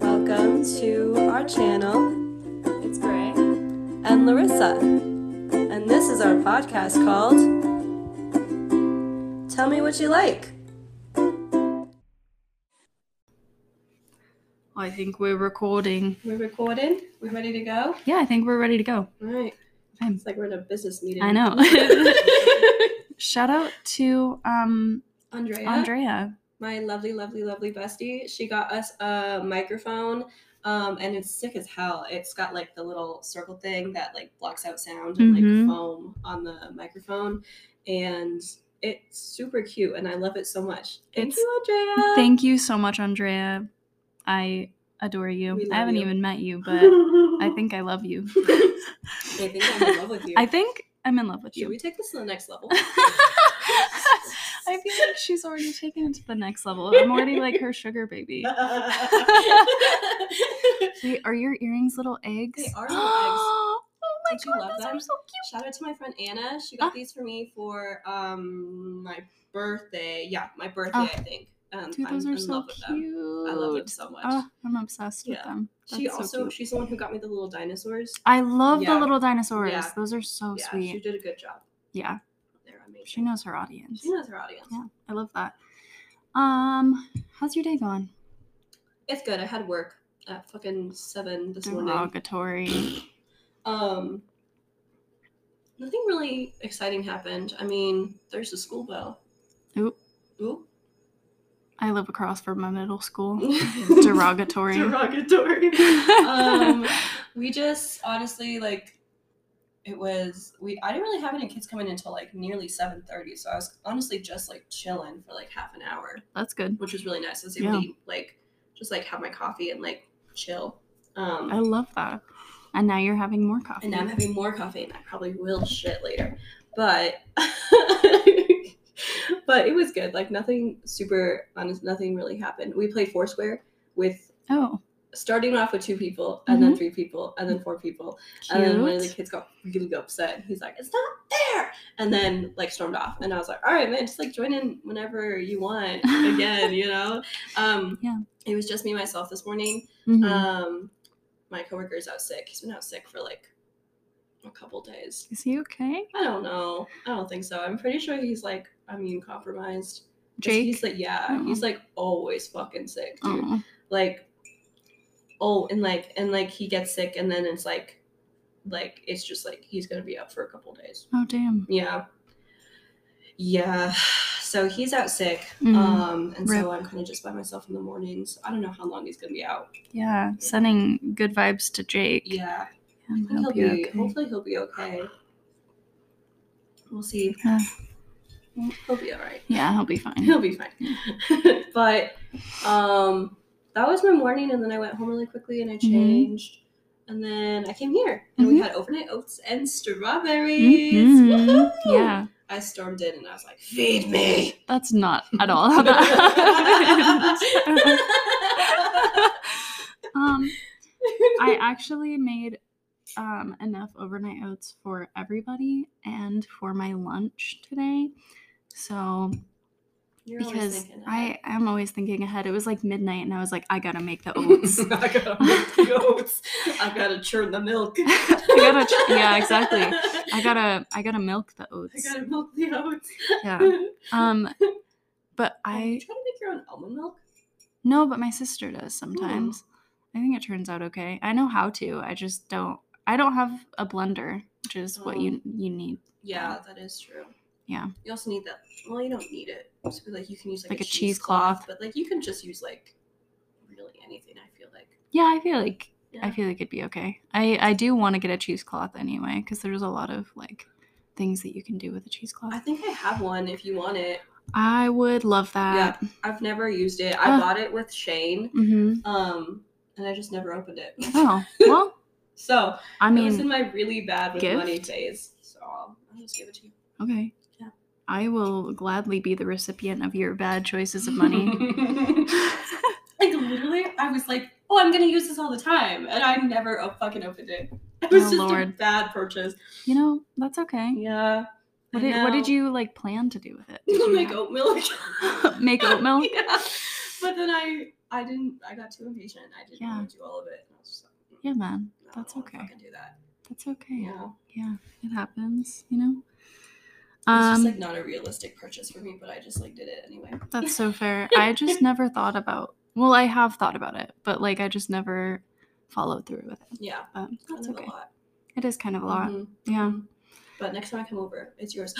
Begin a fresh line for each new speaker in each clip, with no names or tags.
welcome to our channel
It's Gray.
and Larissa. And this is our podcast called Tell Me What You Like.
I think we're recording.
We're recording. We're ready to go.
Yeah, I think we're ready to go.
All right.
I'm-
It's like we're in a business meeting.
I know. Shout out to um
Andrea,
Andrea.
my lovely, lovely, lovely bestie, she got us a microphone. Um, and it's sick as hell. It's got like the little circle thing that like blocks out sound and like
Mhm.
foam on the microphone. And it's super cute and I love it so much. Thank
It's-
you, Andrea.
Thank you so much, Andrea. I adore you.
We love
I haven't
you.
even met you, but
but
I think I love you.
I think I'm in love with you.
I think I'm in love with
Should
you.
we take this to the next level?
I feel like she's already taken it to the next level. I'm already like her sugar baby. Wait, are your earrings little eggs?
They are little eggs.
Oh my
Don't you
god,
love
those are
them?
so cute.
Shout out to my friend Anna. She got
Ah.
these for me for um my birthday. Yeah, my birthday,
Ah.
I think. Um,
Dude,
I'm
those are
in
so
love with
cute.
them. I love them so much.
Oh, I'm obsessed
Yeah.
with them.
she
That's so
also
cute.
she's the one who got me the little dinosaurs.
I love
Yeah.
the little dinosaurs.
Yeah.
Those are so
yeah,
Oh, sweet.
she did a good job.
yeah,
They're
she
amazing.
knows her audience.
She knows her audience.
Yeah, I love that. Um, how's your day going?
It's good. I had work at fucking seven
Oh,
this morning.
Derogatory.
Um, nothing really exciting happened. I mean, there's the school bell.
Oop.
Oop.
I live across from my middle school.
Derogatory.
Derogatory.
Derogatory. um, we just honestly like it was we I didn't really have any kids coming until like nearly seven thirty, so I was honestly just like chilling for like half an hour,
That's good.
which was really nice. I was able to eat, like just like have my coffee and like chill. Um,
I love that. And now you're having more coffee.
and now I'm having more coffee, and I probably will shit later. But but it was good. Like nothing super honest, nothing really happened. We played Foursquare with
oh,
starting off with two people, and then three people, and then four people,
Mm-hmm. cute.
and then one of the kids got really upset. and He's like, "It's not fair!" and then like stormed off. And I was like, "All right, man, just like join in whenever you want again, you know." Um,
Yeah.
It was just me myself this morning.
Mhm.
Um, my coworker's out sick. He's been out sick for like a couple days.
Is he okay?
I don't know. I don't think so. I'm pretty sure he's like immune compromised. 'Cause
Jake.
He's like, yeah,
Oh.
he's like always fucking sick, dude.
Oh,
Like, oh, and like, and like he gets sick, and then it's like, like it's just like he's gonna be out for a couple days.
oh damn.
Yeah, yeah. So he's out sick.
Mhm.
Um, and so
Rip.
I'm kind of just by myself in the mornings. I don't know how long he's gonna be out.
Yeah, sending good vibes to Jake.
Yeah.
Um,
He'll
hope
be,
you're okay.
Hopefully, he'll be okay. We'll see.
Yeah.
He'll be all right.
Yeah, he'll be fine.
He'll be fine. but um, that was my morning, and then I went home really quickly and I
Mm-hmm.
changed, and then I came here and we
Mhm.
had overnight oats and strawberries.
Mhm.
Woohoo!
Yeah,
I stormed in and I was like, "Feed me."
that's not at all how that happened. um, I actually made um, enough overnight oats for everybody and for my lunch today. So
You're always
because
thinking
I am always thinking ahead, it was like midnight, and I was like, I gotta make the oats.
I gotta make the oats. I gotta churn the milk.
I gotta, ch- yeah, exactly. I gotta, I gotta milk the
I
oats.
gotta milk the oats.
Yeah. Um, but
Are you
I
trying to make your own almond milk?
No, but my sister does
Oh.
sometimes. I think it turns out okay. I know how to. I just don't. I don't have a blender, which is what you
Oh.
you need.
Yeah, that is true.
Yeah.
You also need that. Well, you don't need it. So, like you can use like,
Like
a,
a
cheesecloth,
cheesecloth.
but like you can just use like really anything. I feel like.
Yeah, I feel like
Yeah.
I feel like it'd be okay. I I do want to get a cheesecloth anyway because there's a lot of like things that you can do with a cheesecloth.
I
I,
think I have one if you want it.
would love that.
I've never used it. I
Ah.
bought it with Shane,
hmm
um, and I just never opened it.
Oh well,
so
I
it was in
mean,
my really bad with money
gift?
phase. So I'll, I'll just give it to you.
okay.
Yeah.
I will gladly be the recipient of your bad choices of money.
like literally, I was like, "Oh, I'm gonna use this all the time," and I never o- fucking opened it. It was
Oh,
just a
Lord.
bad purchase.
you know that's okay.
Yeah.
What did, what did you like
Oh
plan to do with it? Did you
make
have-
oat milk?
make oat milk.
yeah. But then I I didn't. I got too impatient. I didn't
Yeah.
want to do all of it. And I was just like, "Mm,
Yeah, man.
"No, I
That's
don't wanna
okay.
Fucking do that.
That's okay.
You know?
Yeah, it happens, you know?
It's
Um,
just like not a realistic purchase for me, but I just like did it anyway.
that's so fair. I just never thought about, well, I have thought about it, but like I just never followed through with it.
Yeah,
But
kind
that's
of
okay.
a lot.
It is kind of a lot.
Mhm.
Yeah.
But next time I come over, it's yours.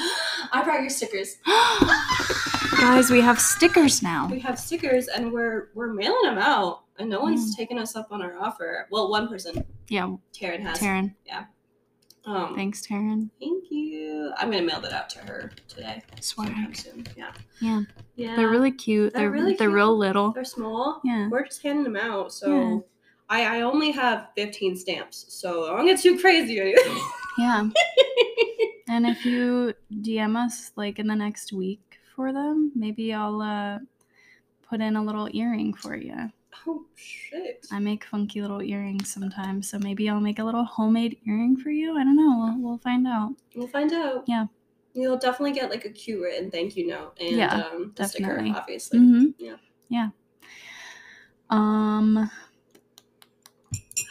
I brought your stickers. Mm-hmm.
Guys, we have stickers now.
We have stickers, and we're we're mailing them out, and no
Mm.
one's taken us up on our offer. Well, one person,
Yeah,
Taryn has.
Taryn.
Um,
Thanks, Taryn.
Thank you. I'm gonna mail that out to her today. sometime
Swag.
soon. Yeah.
Yeah.
Yeah.
They're really cute.
They're
They're
really
they're
cute.
real little.
They're small.
Yeah.
We're just handing them out, so
Yeah.
I, I only have 15 stamps, so I don't get too crazy. or anything.
Yeah. and if you DM us like in the next week for them, maybe I'll uh put in a little earring for you.
oh shit!
I make funky little earrings sometimes, so maybe I'll make a little homemade earring for you. I don't know. We'll, we'll find out.
We'll find out.
Yeah.
You'll definitely get like a cute written thank you note and
Yeah,
um, the sticker,
definitely.
obviously.
Mhm.
Yeah.
Yeah. Um.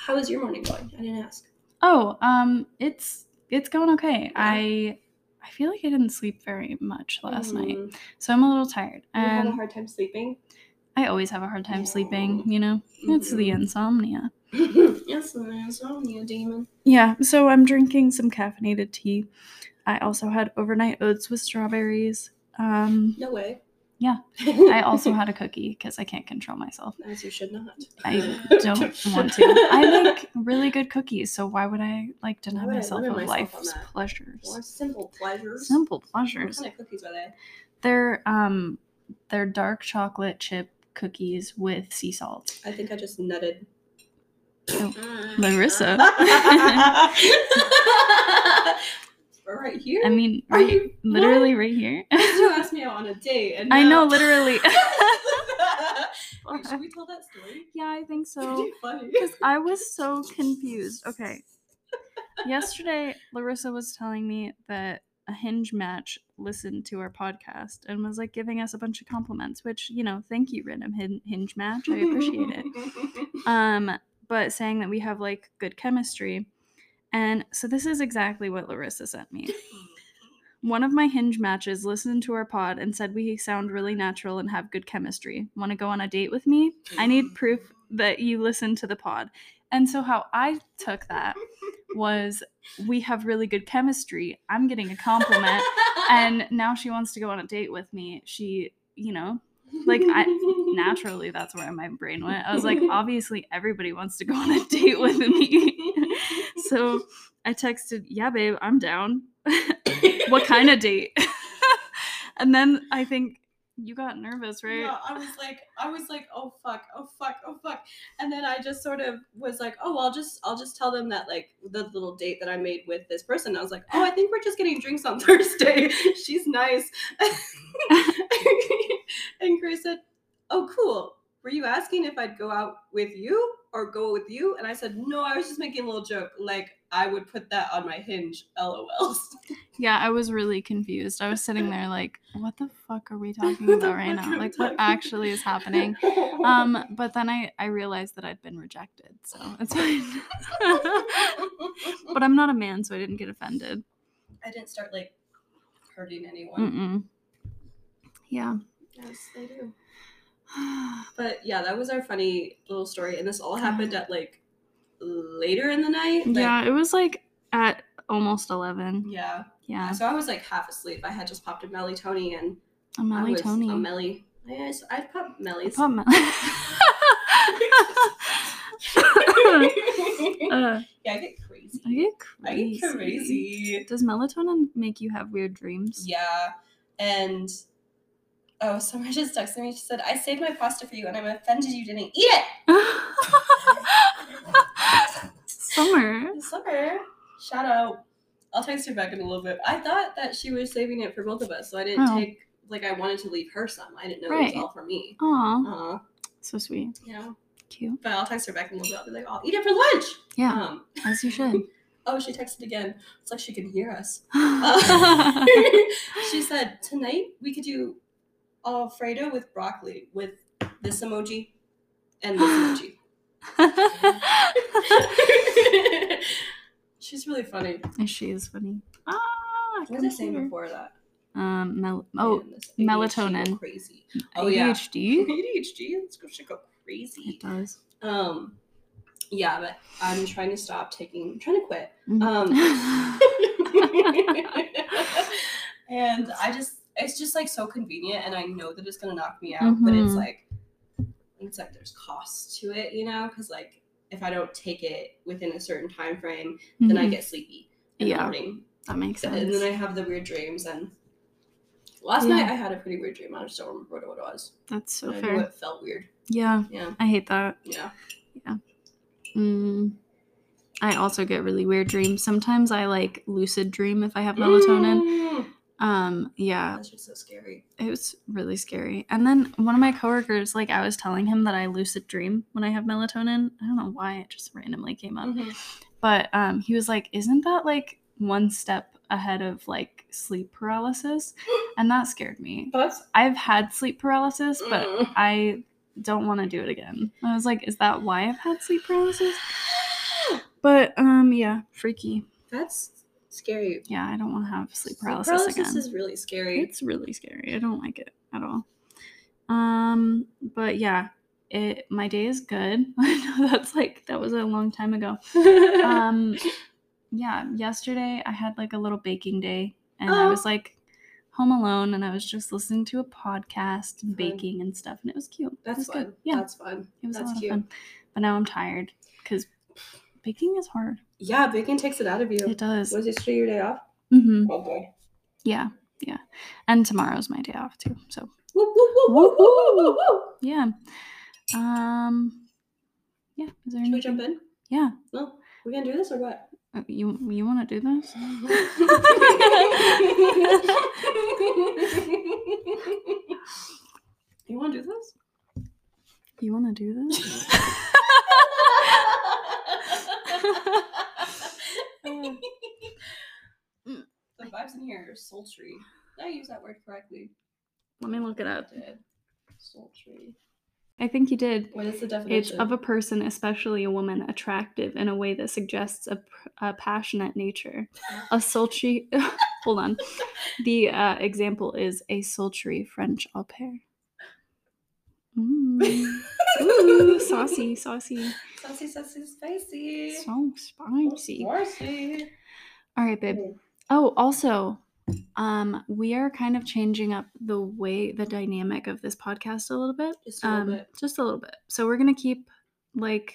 How is your morning going? I didn't ask.
Oh. Um. It's it's going okay. I I feel like I didn't sleep very much last night,
Mm, You
so I'm Mm-hmm. a little tired.
had a
Um,
hard time sleeping.
I always have a hard time sleeping. You know, it's the
Mhm.
insomnia.
yes, I'm an insomnia demon.
Yeah, so I'm drinking some caffeinated tea. I also had overnight oats with strawberries. Um,
No way.
Yeah. I also had a cookie because I can't control myself.
As you should not.
I don't want to. I make really good cookies, so why would I like deny
Why would I
myself
limit
of
myself on
life's
that?
pleasures?
More simple pleasures.
Simple
What
pleasures.
kind of cookies are they?
They're um, they're dark chocolate chip cookies with sea salt.
I think I just nutted. Mm.
Oh, Larissa.
right here.
I mean,
Are
right-
you-
literally right here.
you asked me out on a date, and
I
now-
know, literally.
Wait, should we tell that story?
yeah, I think
It's
so.
pretty funny.
Because I was so confused. Okay. Yesterday, Larissa was telling me that a hinge match listened to our podcast and was like giving us a bunch of compliments, which, you know, thank you, random hin- hinge match. I appreciate it. Um, but saying that we have like good chemistry. And so this is exactly what Larissa sent me. One of my hinge matches listened to our pod and said we sound really natural and have good chemistry. Want to go on a date with me? I need proof that you listened to the pod. And so, how I took that was we have really good chemistry. I'm getting a compliment. And now she wants to go on a date with me. She, you know, like, I- naturally, that's where my brain went. I was like, obviously, everybody wants to go on a date with me. so I texted, yeah, babe, I'm down. what kind of date? and then I think you got nervous, right?
Yeah, I was like, I was like, oh fuck, oh fuck, oh fuck, and then I just sort of was like, oh, I'll just, I'll just tell them that like the little date that I made with this person. I was like, oh, I think we're just getting drinks on Thursday. She's nice. and Grace said, oh, cool. Were you asking if I'd go out with you or go with you? And I said, no, I was just making a little joke. Like I would put that on my hinge. LOLs.
Yeah, I was really confused. I was sitting there like, what the fuck are we talking
What the
about right
fuck
now?
are we
Like
talking
what
about?
actually is happening? Um, but then I I realized that I'd been rejected, so it's fine. Um, but I'm not a man, so I didn't get offended.
I didn't start like hurting anyone.
Mm-mm. Yeah.
Yes, I do. But yeah, that was our funny little story, and this all
God.
happened at like later in the night. like-
yeah, it was like at almost 11.
yeah.
Yeah.
So I was like half asleep. I had just popped a melatonin, and
A
I was
melatonin.
a melly. Yes, I popped mellies.
Pop mel- Uh,
yeah, I get crazy.
I get
I
crazy.
get crazy.
Does melatonin make you have weird dreams?
Yeah, and oh, someone just texted me. She said, "I saved my pasta for you, and I'm offended you didn't eat it."
Summer.
Miss Summer, shout out. I'll text her back in a little bit. I thought that she was saving it for both of us, so I didn't
Oh.
take like I wanted to leave her some. I didn't know it
Right. Uh-huh.
was all for me.
Aw,
Uh,
so sweet.
you know.
Cute.
But I'll text her back in a little bit. I'll be like, I'll eat it for lunch.
Yeah,
Um,
as you should.
oh, she texted again. It's like she can hear us. Uh,
oh,
she said tonight we could do Alfredo with broccoli with this emoji. and this emoji. She's really funny.
she is funny. Ah,
What was I saying
computer.
before that?
Um, mel- oh,
Man, this ADHD go
melatonin.
Crazy. Oh, yeah.
ADHD.
ADHD. This girl should go
It
crazy.
does.
Um, yeah, but I'm trying to stop taking. I'm trying to quit.
Mhm.
Um, and I just, it's just like so convenient, and I know that it's gonna knock me out, but it's
Mhm.
like, it's like there's costs to it, you know, because like if I don't take it within a certain time frame, then I
Mhm.
get sleepy in the
Yeah.
morning,
that makes sense.
and then I have the weird dreams. And last
Yeah.
night I had a pretty weird dream. I just don't remember what it was.
That's so
but I
fair.
know it felt weird.
Yeah,
Yeah,
I hate that.
yeah.
Mm. I also get really weird dreams. Sometimes I like lucid dream if I have melatonin.
Mm,
Um, yeah,
That's just so scary.
it was really scary. And then one of my coworkers, like, I was telling him that I lucid dream when I have melatonin. I don't know why it just randomly came up,
Mhm.
but um, he was like, "Isn't that like one step ahead of like sleep paralysis?" And that scared me.
That's
I've had sleep paralysis, but
Mm.
I don't want to do it again. I was like, "Is that why I've had sleep paralysis?" But um, yeah, freaky.
that's scary.
Yeah, I don't want to have sleep paralysis, again.
is really scary.
It's really scary. I don't like it at all. Um, but yeah, it my day is good. I know that's like that was a long time ago. Um, yeah, yesterday I had like a little baking day, and I
Oh.
was like home alone, and I was just listening to a podcast and
Fun.
baking and stuff, and it was cute. it
that's
was
fun.
good. Yeah,
That's fun.
it was a
that's
lot
cute.
of fun. But now I'm tired because baking is hard.
Yeah, bacon takes it out of you.
It does.
Was yesterday your day off?
Mm-hmm.
Oh boy.
Yeah, yeah. And tomorrow's my day off too, so.
Woo, woo, woo, woo, woo, woo, woo, woo.
Yeah. Um. Yeah. Is there
Should
anything?
we jump in?
Yeah.
No, we gonna do this or what?
Uh, You you want to do this?
you want to do this?
You want to do this? Uh,
the vibes in here are sultry. Did I use that word correctly?
Let me look it
I
up.
did. Sultry.
I think you did.
What is the definition?
It's of a person, especially a woman, attractive in a way that suggests a, pr- a passionate nature. A sultry. hold on. The uh, example is a sultry French au pair. Mm. Ooh, saucy, saucy.
Saucy, saucy, spicy.
So spicy.
Spicy.
All right, babe.
Mm.
Oh, also, um, we are kind of changing up the way the dynamic of this podcast a little bit.
Just a little
Um,
bit.
just a little bit. So we're gonna keep like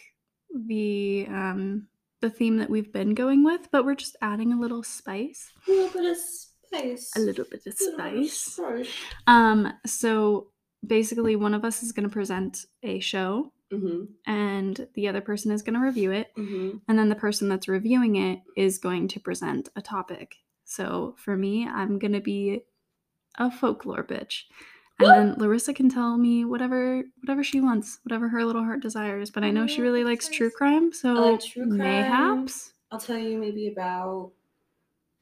the um the theme that we've been going with, but we're just adding a little spice,
A little bit of spice.
a little bit of
Little bit of
spice. Um, so basically, one of us is gonna present a show,
Mhm,
Mm-hmm, and the other person is gonna review it.
mhm.
And then the person that's reviewing it is going to present a topic. So for me, I'm going to be a folklore bitch. And then Larissa can tell me whatever whatever she wants, whatever her little heart desires. But I know she really likes true crime, so
like true crime.
mayhaps
I'll tell you maybe about.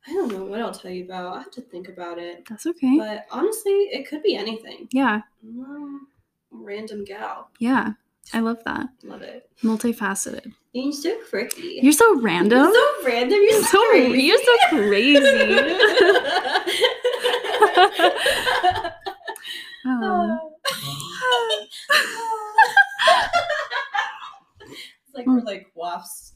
I don't know what I'll tell you about. I have to think about it.
that's okay.
But honestly, it could be anything.
yeah,
Mm, Random gal.
yeah, I love that.
Love it.
Multifaceted.
You're so quirky.
You're so random.
You're so random. You're so,
so
crazy.
you're so crazy. oh.
it's like we're like wafts.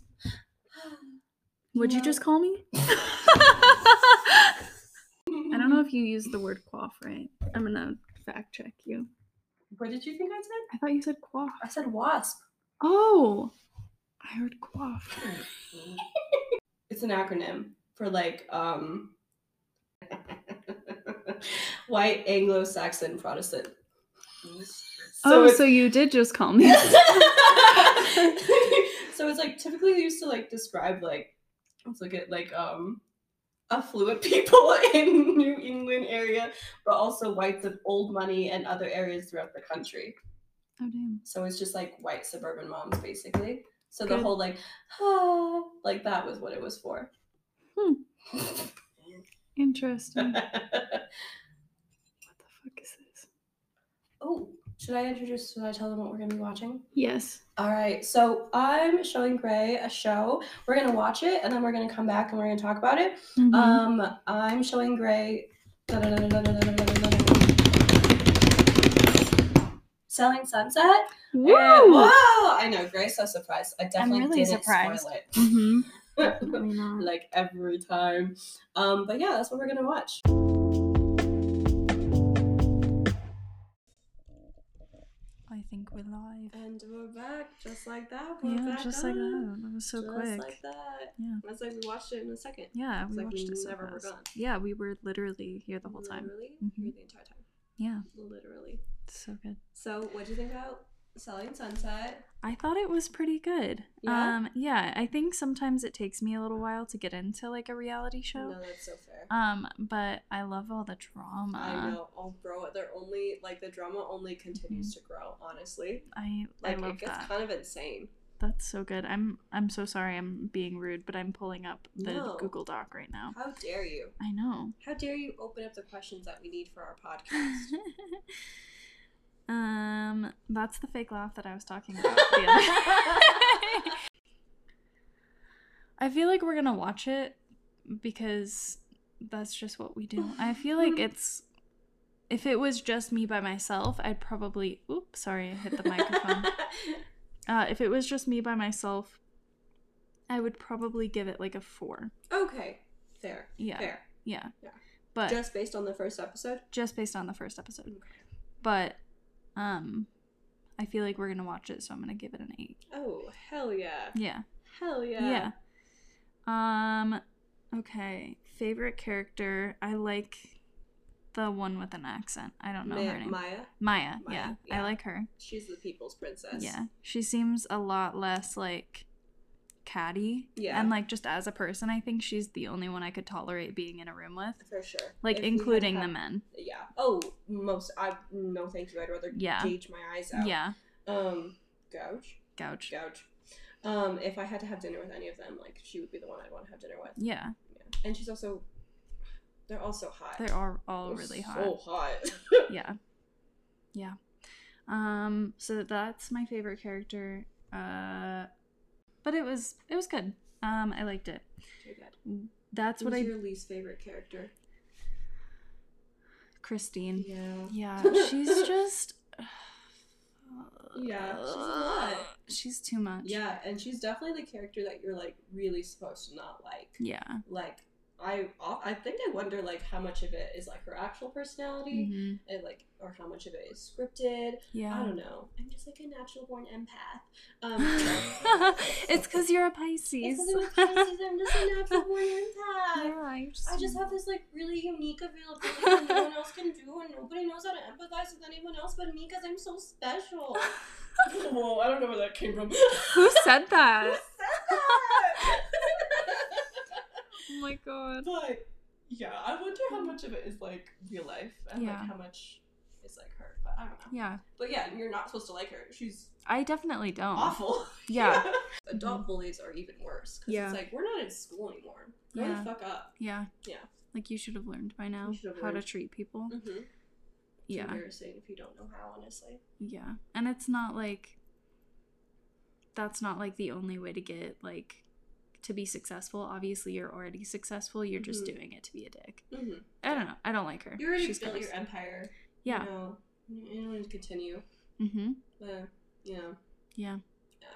Would you just call me? I don't
Mm-hmm.
know if you used the word quaff right. I'm gonna fact check you.
What did you think I said?
I thought you said quaff.
I said wasp.
Oh, I heard quaff.
it's an acronym for like um white Anglo-Saxon Protestant.
oh,
it's-
so you did just call me.
so it's like typically used to like describe like let's look at like um affluent people in New England area, but also whites of old money and other areas throughout the country.
oh damn.
So it's just like white suburban moms basically. So the
Good.
whole like ah, like that was what it was for.
Hmm. Interesting. what the
oh,
fuck is
Should I introduce? Should I tell them what we're gonna be watching?
Yes.
All right. So I'm showing Gray a show. We're gonna watch it, and then we're gonna come back and we're gonna talk about it.
Mhm.
Um, I'm showing Gray. Selling Sunset.
Woo!
And- whoa! I know Gray's so surprised. I definitely
really
didn't
surprised.
spoil it.
Mhm. Definitely not.
like every time. Um, but yeah, that's what we're gonna watch.
I think we're live.
And we're back, just like that. We're
Yeah,
back
just like
on.
that. That was so
just
quick.
like that.
Yeah.
That's like we watched it in a second.
Yeah,
It's
we
like we
watched it so
never were
fast.
gone.
Yeah, we were literally here the whole time.
Literally,
Mhm.
You're the entire time.
Yeah,
Literally.
it's so good.
So, what do you think about Selling Sunset?
I thought it was pretty good.
Yeah?
Um yeah, I think sometimes it takes me a little while to get into like a reality show.
No, that's so fair.
Um but I love all the drama.
I know. Oh, bro, they're only like the drama only continues to grow. Honestly,
I, Mm-hmm. I
like
love
it gets
that.
kind of insane.
That's so good. I'm I'm so sorry I'm being rude, but I'm pulling up the
No.
Google Doc right now.
How dare you?
I know.
How dare you open up the questions that we need for our podcast?
um that's the fake laugh that I was talking about the other I feel like we're gonna watch it because that's just what we do. I feel like it's if it was just me by myself, I'd probably oops, sorry, I hit the microphone. Uh, if it was just me by myself, I would probably give it like a four.
okay, fair.
Yeah.
Fair.
Yeah.
Yeah.
But just,
Just based on the first episode.
based on the first episode.
Okay.
But um I feel like we're gonna watch it, so I'm gonna give it an eight.
Oh hell yeah!
Yeah.
Hell yeah!
Yeah. Um okay. Favorite character. I like the one with an accent. I don't know
Ma-
her name.
Maya,
Maya,
Maya,
yeah.
yeah.
I like her.
she's the people's princess.
Yeah. She seems a lot less like catty.
Yeah.
And like just as a person, I think she's the only one I could tolerate being in a room with.
for sure.
Like
If we had
including
had-
the men.
Yeah. Oh, most. I no, thank you. I'd rather
Yeah.
gauge my eyes out.
Yeah.
Um, gouge,
Gouge.
gouge. Um, if I had to have dinner with any of them, like she would be the one I'd want to have dinner with.
Yeah.
Yeah. And she's also, they're all so hot.
They're all all
They're
really hot.
Oh, So hot.
yeah yeah um so that's my favorite character uh but it was it was good um i liked it
Too good.
that's what
Who's
i
your least favorite character?
christine
Yeah.
yeah she's just
Yeah, she's a lot.
she's too much
Yeah, and she's definitely the character that you're like really supposed to not like.
yeah
Like, I I think I wonder like how much of it is like her actual personality,
Mhm.
and like or how much of it is scripted. I
yeah
don't know. I'm just like a natural born empath. Um,
it's because you're a pisces
It's 'cause I'm a Pisces, I'm just a natural born empath.
yeah, you're
I just have this like really unique availability that no one else can do, and nobody knows how to empathize with anyone else but me because I'm so special. Whoa, I don't know where that came from.
who said that
that?
oh my god
but yeah, I wonder how much of it is like real life and
Yeah.
like how much is like her. But I don't know.
yeah
But yeah, you're not supposed to like her. She's
i definitely don't
awful.
yeah
Adult bullies are even worse because
Yeah.
it's like we're not in school anymore. Grow
Yeah.
the fuck up.
Yeah.
Yeah.
Like you should have learned by now
should have
how to
learned.
treat people.
Mm-hmm.
Yeah.
Embarrassing if you don't know how, honestly.
Yeah. And it's not like that's not like the only way to get like to be successful. Obviously, you're already successful. You're just
Mhm.
doing it to be a dick.
Mm-hmm.
I don't know. I don't like her.
You already
She's
built
gross.
your empire.
Yeah.
You know, you don't need to continue.
Mm-hmm.
Uh, you know,
Yeah.
Yeah.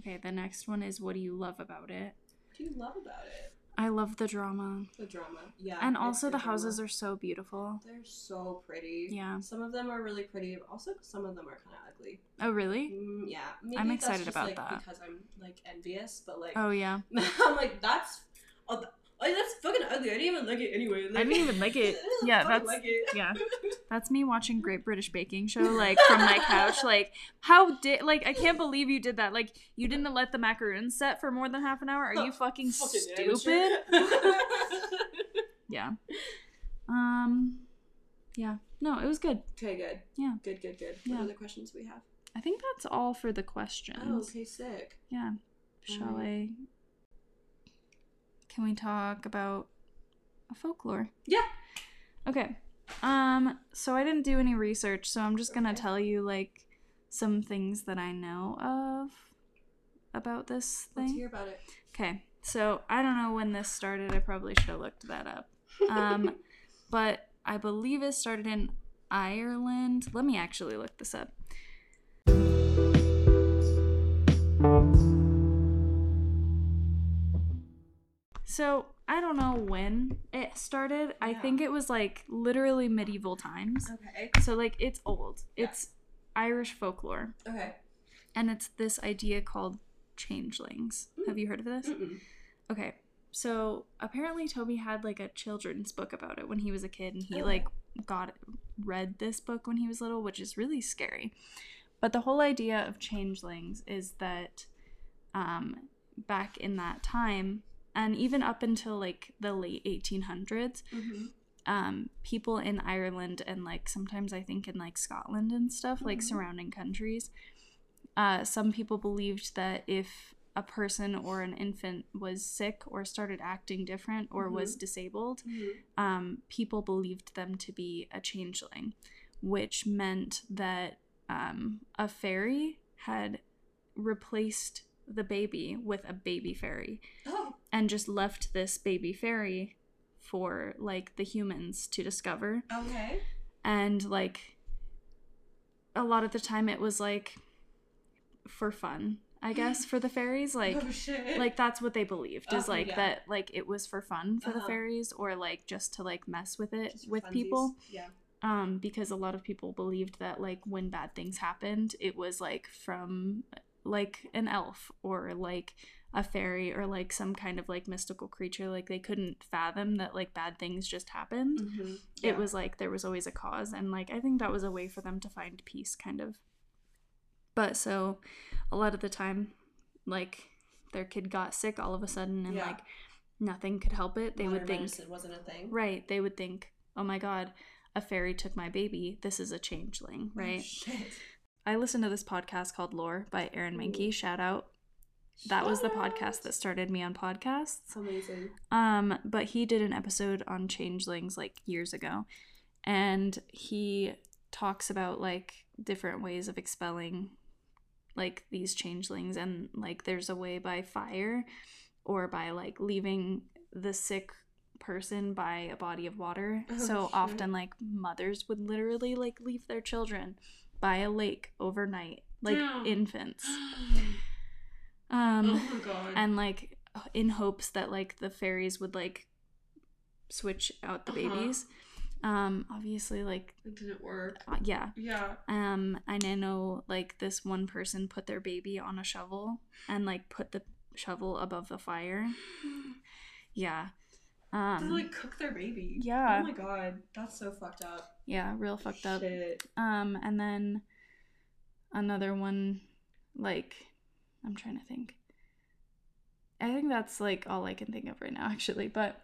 Okay. The next one is what do you love about it?
what do you love about it?
I love the drama.
The drama. Yeah.
And also the houses are so beautiful.
They're so pretty.
Yeah.
Some of them are really pretty, but also some of them are kind of ugly.
Oh really?
Mm, yeah. Maybe
I'm
that's
excited
just,
about
like,
that.
Because I'm like envious, but like,
Oh yeah.
I'm like, that's. Oh, th- oh, that's fucking ugly. I didn't even like it anyway. Like,
didn't even like
I
it.
didn't
Yeah,
fucking
that's-
Like it.
Yeah. That's me watching Great British Baking Show like from my couch. Like, how did like I can't believe you did that. Like, you didn't let the macaroons set for more than half an hour. Are you fucking
Fucking
stupid?
amateur.
Yeah. Um. Yeah. No, it was good.
Okay, good.
Yeah.
Good, good, good.
Yeah.
What other questions we have?
I think that's all for the
Oh,
questions.
okay, sick.
Yeah.
Mm-hmm.
Shall I?
Alright.
Can we talk about folklore?
Yeah.
Okay. Um, so I didn't do any research, so I'm just gonna
Okay.
tell you like some things that I know of about this
Let's
thing.
hear about it.
Okay, so I don't know when this started. I probably should have looked that up. Um, but I believe it started in Ireland. Let me actually look this up. So I don't know when it started. I
Yeah.
think it was like literally medieval times.
okay.
So like it's old.
Yeah.
It's Irish folklore,
Okay.
and it's this idea called changelings. Have you heard of this?
Mm-mm.
Okay. So apparently Toby had like a children's book about it when he was a kid and he
Okay.
like got read this book when he was little, which is really scary. But the whole idea of changelings is that um back in that time and even up until like the late 1800s,
Mhm.
um people in Ireland and like sometimes I think in like Scotland and stuff, like
Mhm.
surrounding countries, uh some people believed that if a person or an infant was sick or started acting different or was disabled,
Mhm.
um, people believed them to be a changeling, which meant that um, a fairy had replaced the baby with a baby fairy
Oh.
and just left this baby fairy for like the humans to discover
Okay.
and like a lot of the time it was like for fun i guess for the fairies like
oh shit.
like that's what they believed is
Oh,
like
yeah.
that like it was for fun for the
Uh-huh.
fairies or like just to like mess with it
Just for
with people
funsies. Yeah.
um because a lot of people believed that like when bad things happened it was like from like an elf or like a fairy or like some kind of like mystical creature like they couldn't fathom that like bad things just happened
Mm-hmm.
it was like there was always a cause and like i think that was a way for them to find peace kind of but so a lot of the time like their kid got sick all of a sudden and
Yeah.
like nothing could help it they would think
it wasn't a thing.
right they would think oh my god a fairy took my baby this is a changeling
Oh,
right
shit.
i listened to this podcast called lore by aaron
Ooh.
mankey shout out that was the
Shout
podcast
out.
that started me on podcasts
It's Oh, amazing.
um, but he did an episode on changelings like years ago, and he talks about like different ways of expelling like these changelings, and like there's a way by fire or by like leaving the sick person by a body of water.
Oh,
so
shit.
often like mothers would literally like leave their children by a lake overnight, like
Damn.
infants.
oh
Um
my god.
and like in hopes that like the fairies would like switch out the
Uh-huh.
babies um obviously like
it didn't work.
uh, yeah
Yeah.
um and i know like this one person put their baby on a shovel and like put the shovel above the fire yeah um
they like cook their baby.
yeah.
Oh my god, that's so fucked up.
yeah real fucked up
Shit.
um and then another one like i'm trying to think i think that's like all i can think of right now actually but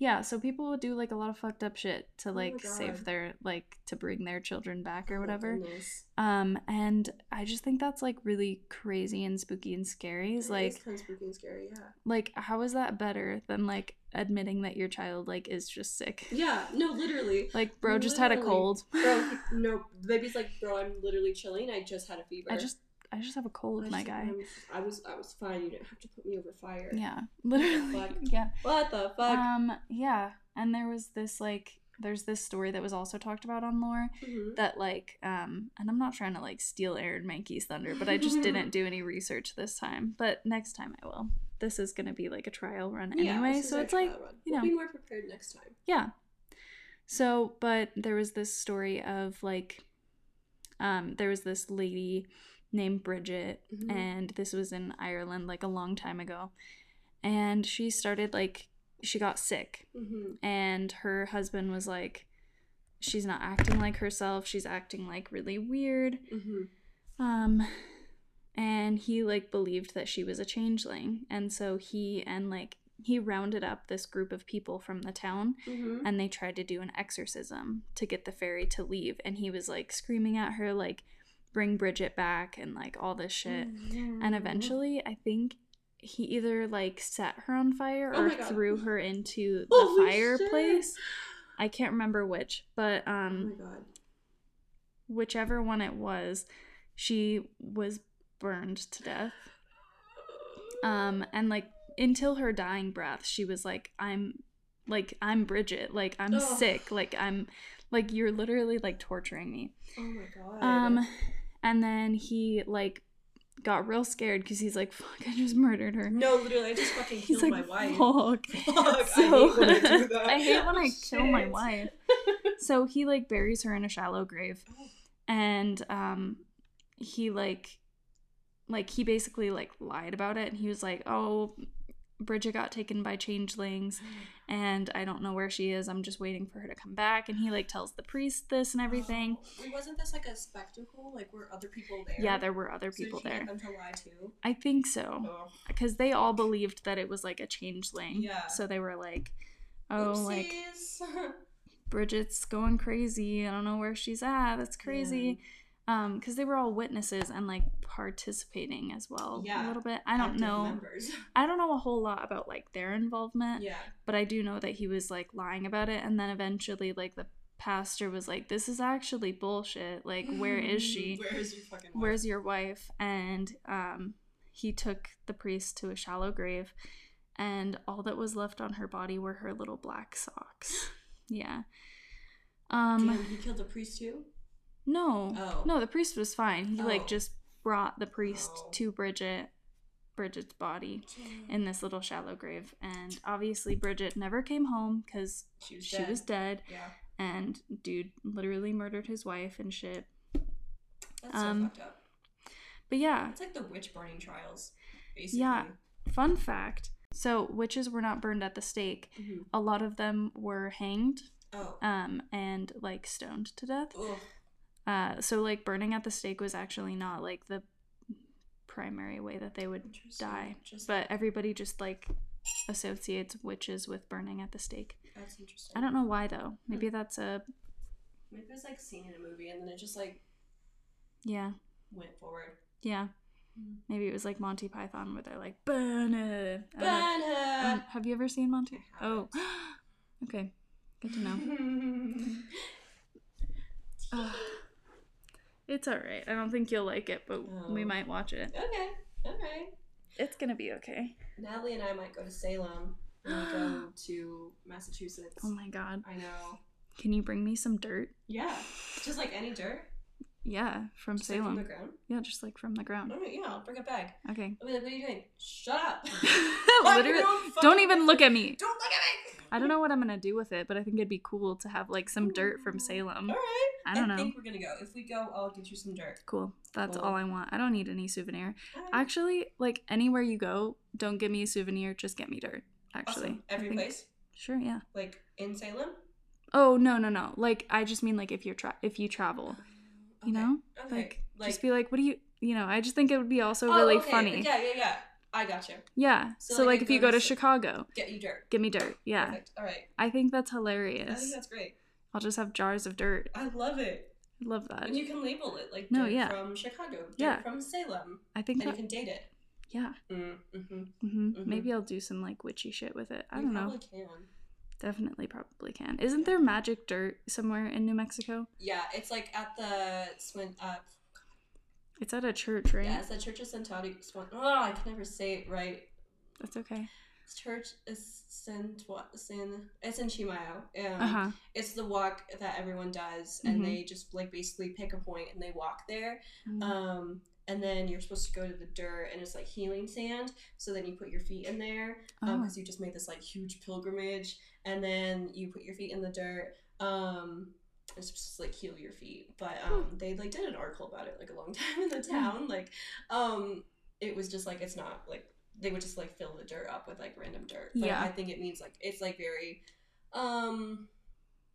yeah so people would do like a lot of fucked up shit to
Oh my
like
God.
save their like to bring their children back
Oh
or
my
whatever
goodness.
um and i just think that's like really crazy and spooky and scary is
It
like
is kind of spooky and scary. Yeah.
like how is that better than like admitting that your child like is just sick
Yeah. No, literally.
like bro just had a
Literally.
cold
Bro, he- no, the baby's like, bro, I'm literally chilling. I just had a fever.
i just i just have a cold
I
my
just-
guy
I'm- I was, I was fine. You didn't have to put me over fire.
Yeah,
fuck?
literally. Yeah.
What the fuck?
Um. Yeah. And there was this like, there's this story that was also talked about on lore
Mhm.
that like, um, and I'm not trying to like steal Aaron Mankey's thunder, but I just didn't do any research this time. But next time I will. This is gonna be like a trial run
Yeah,
anyway,
this is
so
our
it's like,
trial run.
you
We'll
know.
be more prepared next time.
yeah. So, but there was this story of like, um, there was this lady named Bridget
Mhm.
and this was in Ireland like a long time ago. And she started like she got sick
Mhm.
and her husband was like she's not acting like herself, she's acting like really weird.
Mhm.
Um and he like believed that she was a changeling. And so he and like he rounded up this group of people from the town
Mhm.
and they tried to do an exorcism to get the fairy to leave and he was like screaming at her like bring Bridget back and like all this shit.
Mm-hmm.
And eventually, I think he either like set her on fire
Oh
or
my God.
threw her into the
Holy shit.
fireplace. I can't remember which, but
Oh my
um,
god.
whichever one it was, she was burned to death. Um, and like until her dying breath, she was like, "I'm like I'm Bridget, like I'm
Ugh.
sick, like I'm like you're literally like torturing me."
Oh my god.
Um, and then he like got real scared because he's like, "Fuck, I just murdered her."
no, literally, I just fucking
he's
killed
like,
my wife.
"Fuck."
Fuck,
So-
I hate when I do that.
I hate when I kill my
Shit.
wife. So he like buries her in a shallow grave, and um, he like, like he basically like lied about it, and he was like, "Oh, Bridget got taken by changelings, and I don't know where she is. I'm just waiting for her to come back." And he like tells the priest this and everything.
Oh, wasn't this like a spectacle? Like were other people there?
Yeah, there were other
So did
people
she
there.
Get them to lie too.
I think so,
Oh.
because they all believed that it was like a changeling.
Yeah.
So they were like, "Oh, like."
Oopsies. Mm-hmm.
Bridget's going crazy. I don't know where she's at. That's crazy. Um, because they were all witnesses and like participating as well a
Yeah.
little bit. I don't
Active
know.
Members.
I don't know a whole lot about like their involvement,
Yeah.
but I do know that he was like lying about it, and then eventually like the pastor was like, "This is actually bullshit. Like, where is she?
Where is your fucking? wife?
Where's your wife?" And um, he took the priest to a shallow grave, and all that was left on her body were her little black socks. Yeah. Um.
Damn, he killed the priest too.
No.
Oh.
No, the priest was fine. He
Oh.
like just brought the priest
Oh.
to Bridget, Bridget's body in this little shallow grave. And obviously Bridget never came home cuz
She was
she
dead.
was dead
Yeah.
and dude literally murdered his wife and shit.
That's
Um,
so fucked up.
But yeah,
It's like the witch burning trials, basically.
fun fact. So witches were not burned at the stake.
Mhm.
A lot of them were hanged
Oh.
um and like stoned to death.
Ugh.
Uh so like burning at the stake was actually not like the primary way that they would
Interesting.
die.
Just,
But everybody just like associates witches with burning at the stake.
that's interesting.
I don't know why though.
Hmm.
Maybe that's a
Maybe it was like seen in a movie and then it just like
yeah,
went forward.
yeah.
Mm.
Maybe it was like Monty Python where they're like burn it. Uh, I don't know.
Burn her!
Um, have you ever seen Monty?
I
Oh,
haven't.
okay. Good to know. Ugh. It's all right. I don't think you'll like it, but we
Oh.
might watch it.
okay, alright.
It's gonna be okay.
Natalie and I might go to Salem and we go to Massachusetts.
Oh my god.
I know.
Can you bring me some dirt?
Yeah, just like any dirt.
Yeah, from
just, like,
Salem.
from the ground.
yeah, just like from the ground.
Alright, yeah, I'll bring it back.
Okay.
I'll be like, what are you doing? Shut up! Mind your
Literally,
own
don't
fucking
even look at me.
Don't look at me!
I don't know what I'm gonna do with it, but I think it'd be cool to have like some dirt from
Ooh.
Salem.
Alright.
Mm-hmm. I don't know.
think we're gonna go. If we go, I'll get you some dirt.
Cool. That's
Cool.
all I want. I don't need any souvenir.
Alright.
Actually, like anywhere you go, don't give me a souvenir, just get me dirt.
Awesome.
Actually. I
every
think-
place,
Sure, yeah.
like in Salem.
Oh no, no, no. Like I just mean like if you're tra- if you travel. You
Um, Okay,
know?
okay.
Like, just be like, what do you you know, I just think it would be also
Oh,
really
okay,
funny. Yeah.
Yeah, yeah, yeah. I got you.
So,
So,
like,
like, I
if you
go
go
to
to
Chi-
Chicago,
Get you dirt.
give me dirt. Yeah.
Perfect. All right.
I think that's
Oh, I
hilarious.
think that's great.
I'll just have jars of dirt.
I love it.
I love that.
And you can label it like
No,
dirt
yeah.
from Chicago, dirt
Yeah.
from Salem,
I
and
think
you
that
can date it.
yeah.
Mm, mm-hmm.
hmm
Mhm.
Maybe I'll do some like witchy shit with it. I
you
don't know.
probably Can.
Definitely, probably can. Isn't there magic dirt somewhere in New Mexico?
Yeah, it's like at the Swin. Uh,
It's at a church, right?
yeah, it's the Church of Centauri. Swan. Oh, I can never say it right.
That's okay.
Church is Centaur. Sin. It's in Chimayo. Um,
Uh huh.
It's the walk that everyone does, and
Mhm.
they just like basically pick a point and they walk there. Um, and then you're supposed to go to the dirt, and it's like healing sand. So then you put your feet in there because
oh.
um, you just made this like huge pilgrimage, and then you put your feet in the dirt. Um, it's supposed to like heal your feet, but um,
Hmm.
they like did an article about it like a long time in the
Yeah.
town. Like, um, it was just like it's not like they would just like fill the dirt up with like random dirt. But
Yeah.
I think it means like it's like very, um.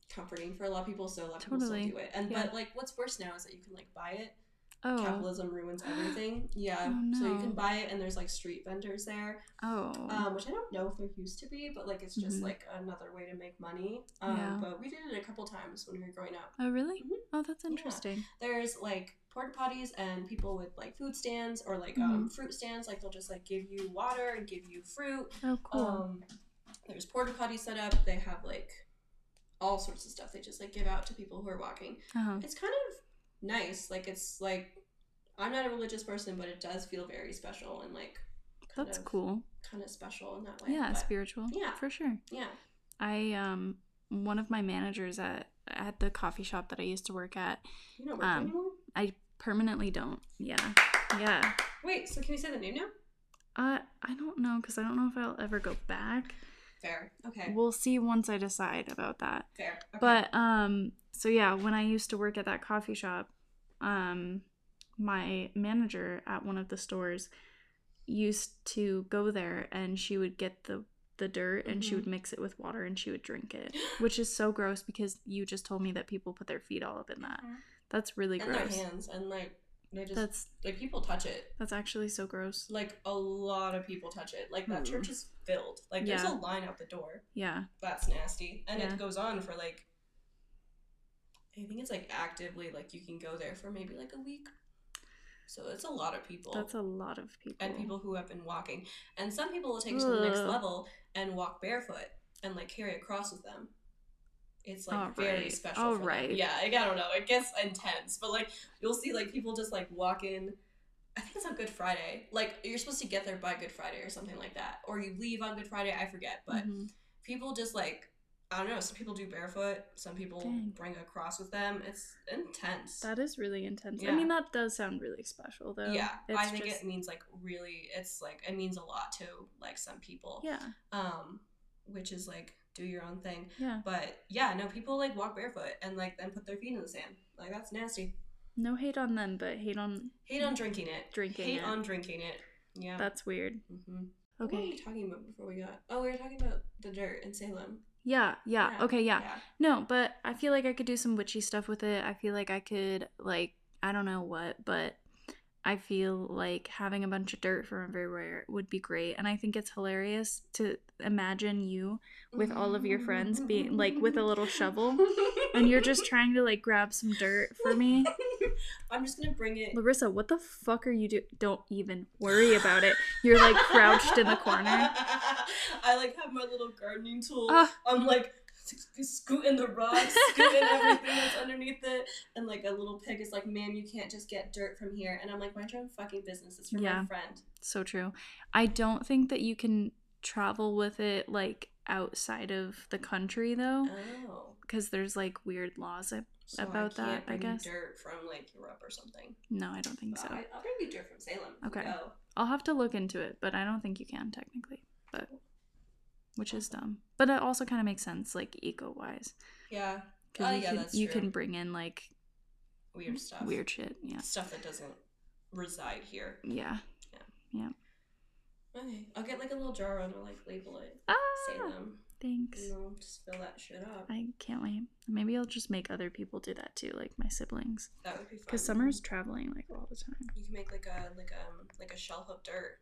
Comforting for a lot of people, so a lot of people
Totally.
still do it. And
Yeah.
but like, what's worse now is that you can like buy it,
oh.
capitalism ruins everything. Yeah.
Oh,
So you
no.
can buy it, and there's like street vendors there,
Oh.
um, which I don't know if there used to be, but like it's just
Mhm.
like another way to make money. Um,
Yeah.
But we did it a couple times when we were growing up.
oh, really?
mhm.
Oh, that's
Yeah.
interesting.
There's like porta potties and people with like food stands or like
Mm-hmm.
um, fruit stands. Like they'll just like give you water and give you fruit.
Oh, cool.
Um, there's porta potty set up. They have like all sorts of stuff they just like give out to people who are walking.
Uh-huh.
It's kind of nice. Like it's like I'm not a religious person, but it does feel very special and like kind
That's
of,
cool.
Kind of special in that way.
Yeah,
but-
spiritual.
yeah.
for sure.
yeah.
I um one of my managers at at the coffee shop that I used to work at.
You don't work
Um,
anymore.
I permanently don't. Yeah, yeah.
Wait, so can we say the name now?
Uh, I don't know because I don't know if I'll ever go back.
Fair. Okay.
We'll see once I decide about that.
Fair. Okay.
But um, so yeah, when I used to work at that coffee shop, um, my manager at one of the stores used to go there, and she would get the the dirt and she
Mhm.
would mix it with water and she would drink it, which is so gross because you just told me that people put their feet all up in that.
Mhm.
That's really
and their
gross.
hands and like they just
That's
like people touch it.
that's actually so gross.
Like a lot of people touch it. Like that
Mm.
church is filled. Like there's
Yeah.
a line out the door.
Yeah.
That's nasty. And
Yeah.
it goes on for like I think it's like actively like you can go there for maybe like a week. So it's a lot of people.
That's a lot of people.
and people who have been walking. And some people will take it to the next
Ugh.
level and walk barefoot and like carry a cross with them. It's like
All
very
right.
special.
All
for them.
right.
Yeah, like, I don't know. It gets intense, but like you'll see like people just like walk in. I think it's on Good Friday. Like you're supposed to get there by Good Friday or something like that, or you leave on Good Friday. I forget, but
Mhm.
people just like. I don't know. Some people do barefoot. Some people
Dang.
bring a cross with them. It's intense.
That is really intense. I
Yeah.
mean, that does sound really special, though.
yeah,
it's
I think
just,
it means like really. It's like it means a lot to like some people.
Yeah,
um, which is like do your own thing.
yeah.
But yeah, no, people like walk barefoot and like then put their feet in the sand. Like that's nasty.
No hate on them, but hate on
Hate on drinking it.
Drinking
Hate
it.
on drinking it. Yeah.
that's weird.
hmm What were
Okay.
we talking about before we got? Oh, we were talking about the dirt in Salem.
Yeah, yeah.
Yeah,
Okay, yeah. No, but I feel like I could do some witchy stuff with it. I feel like I could like I don't know what, but I feel like having a bunch of dirt from everywhere would be great. And I think it's hilarious to imagine you With all of your friends being- like, with a little shovel, and you're just trying to like grab some dirt for me.
I'm just gonna bring it.
Larissa, what the fuck are you do? Don't even worry about it. You're like crouched in the corner.
I like have my little gardening tool.
Ah.
I'm like sc- scooting the rocks, scooting everything that's underneath it, and like a little pig is like, "Ma'am, you can't just get dirt from here." And I'm like, "Mind your own fucking business. It's for
Yeah.
my friend."
So true. I don't think that you can travel with it like outside of the country though,
Oh,
because there's like weird laws. I-
so I can't
About that, I
bring you
guess.
dirt from like Europe or something.
No, I don't think so.
I, will bring you dirt from Salem. if we
Okay.
go.
I'll have to look into it, but I don't think you can technically. But which is dumb. But it also kind of makes sense, like eco wise,
Yeah,
because
Oh,
you
yeah,
can
that's
you
true.
can bring in like
weird stuff.
Mm-hmm. weird shit. Yeah,
stuff that doesn't reside here.
yeah.
Okay, I'll get like a little jar and I'll like label it
Ah,
Salem.
thanks.
And I'll just fill that shit up.
I can't wait. Maybe I'll just make other people do that too, like my siblings,
That would be fun.
because Summer's traveling like all the time.
You can make like a like um like a shelf of dirt.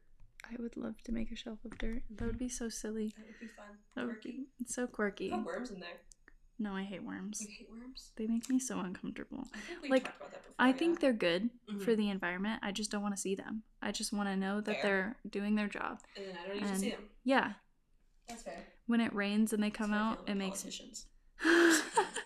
I would love to make a shelf of dirt. That would be so silly.
That would be fun.
That would
Quirky.
be it's so quirky.
Put worms in there.
No, I hate
You
worms.
hate worms?
They make me so uncomfortable.
I think we
Like,
talked about that before.
I think they're good for
Mhm.
the environment. I just don't want to see them. I just want to know that
Fair.
they're doing their job.
they're. And then I don't even
and-
see them.
Yeah.
That's fair.
When it rains and they
That's
come
how I feel
out,
about
it makes
politicians.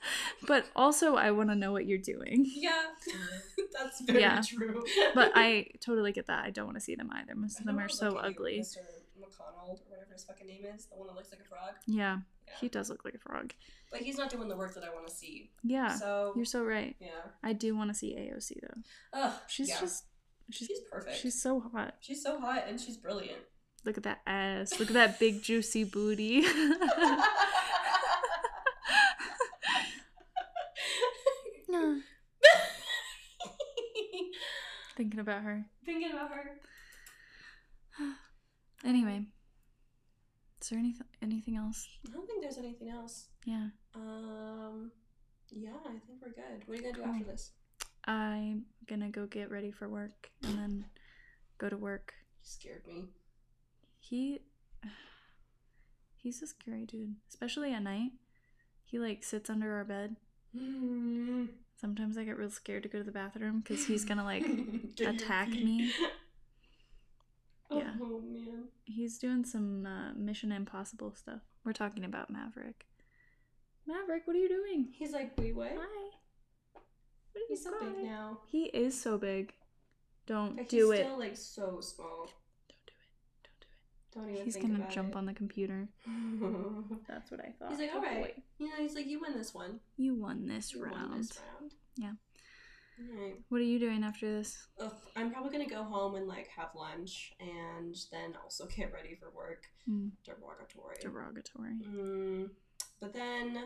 But also I want to know what you're doing.
Yeah, that's very
Mm-hmm. Yeah.
true.
But I totally get that. I don't want to see them either. Most
I
of them
don't
are
know,
so
look at you,
ugly.
Mr. McConnell or whatever his fucking name is, the one that looks like a frog.
Yeah,
Yeah.
he does look like a frog.
But he's not doing the work that I want to see.
Yeah.
So
You're so right.
yeah.
I do want to see AOC though.
Ugh.
She's
yeah.
just she's
she's perfect.
she's so hot.
she's so hot and she's brilliant.
Look at that ass. Look at that big juicy booty. Thinking about her.
Thinking about her.
Anyway, is there anything anything else?
I don't think there's anything else.
Yeah,
Um, yeah, I think we're good. What are you gonna do
Cool.
after this?
I'm gonna go get ready for work and then go to work.
You scared me.
He, he's a scary dude, especially at night. He like sits under our bed. Sometimes I get real scared to go to the bathroom because he's gonna like
Get your
attack
feet.
me.
Oh,
Yeah.
man.
he's doing some uh, Mission Impossible stuff. We're talking about Maverick. Maverick, what are you doing?
He's like, wait, what?
Hi. What are
He's so big
crying?
now.
He is so big. Don't
But
do
he's
it.
still like so small. Don't
Don't do it.
even
He's
think
gonna
about
jump
it.
on the computer.
on.
That's what I thought. Oh,
he's like, all right. You know, he's like, you win this one.
You won this
You
round.
won this round.
Yeah.
All right.
What are you doing after this?
Ugh, I'm probably gonna go home and like have lunch and then also get ready for work.
Mm,
Derogatory.
derogatory.
Mm, but then,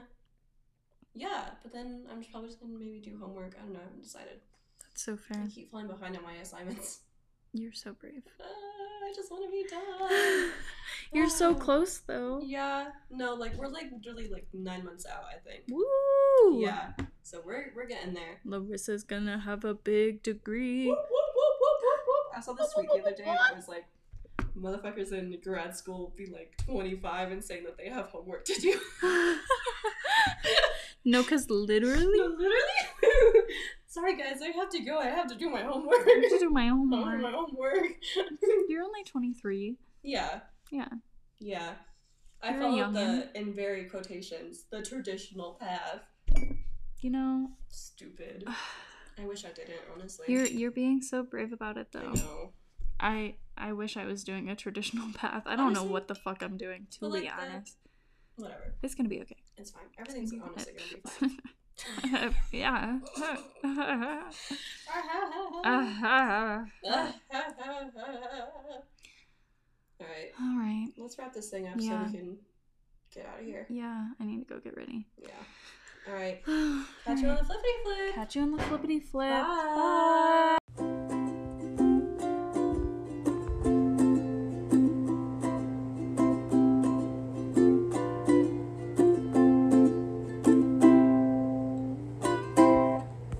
yeah. But then I'm just probably just gonna maybe do homework. I don't know. I haven't decided.
That's so
I
fair.
keep falling behind on my assignments.
You're so brave.
Ah, I just want to be done.
You're so
Ah.
close though.
Yeah. No, like we're like literally like nine months out. I think.
Woo!
Yeah. So we're we're getting there.
Larissa's gonna have a big degree.
Whoop, whoop, whoop, whoop, whoop, whoop. I saw this tweet the other day that was like, motherfuckers in grad school be like 25 and saying that they have homework to do.
no, because literally,
No, literally. Sorry guys, I have to go. I have to do my homework.
I need to do my
Oh,
homework.
my homework.
You're only 23.
yeah.
Yeah.
Yeah. I
You're a
followed the
youngin'.
in very quotations the traditional path.
You know,
Stupid. I wish I didn't, honestly.
you're you're being so brave about it
I
though.
know.
I I wish I was doing a traditional path. I don't
Honestly,
know what the fuck I'm doing. To
but
be
like that-
honest,
Whatever.
it's gonna be okay.
It's fine. Everything's honestly gonna be fine. Ah,
yeah.
All right,
All right.
let's wrap this thing up so
Yeah.
we can get out of here.
Yeah, I need to go get ready.
Yeah. All right. Catch you on
Alright.
the flippity flip.
Catch you on the flippity flip.
Bye.
Bye.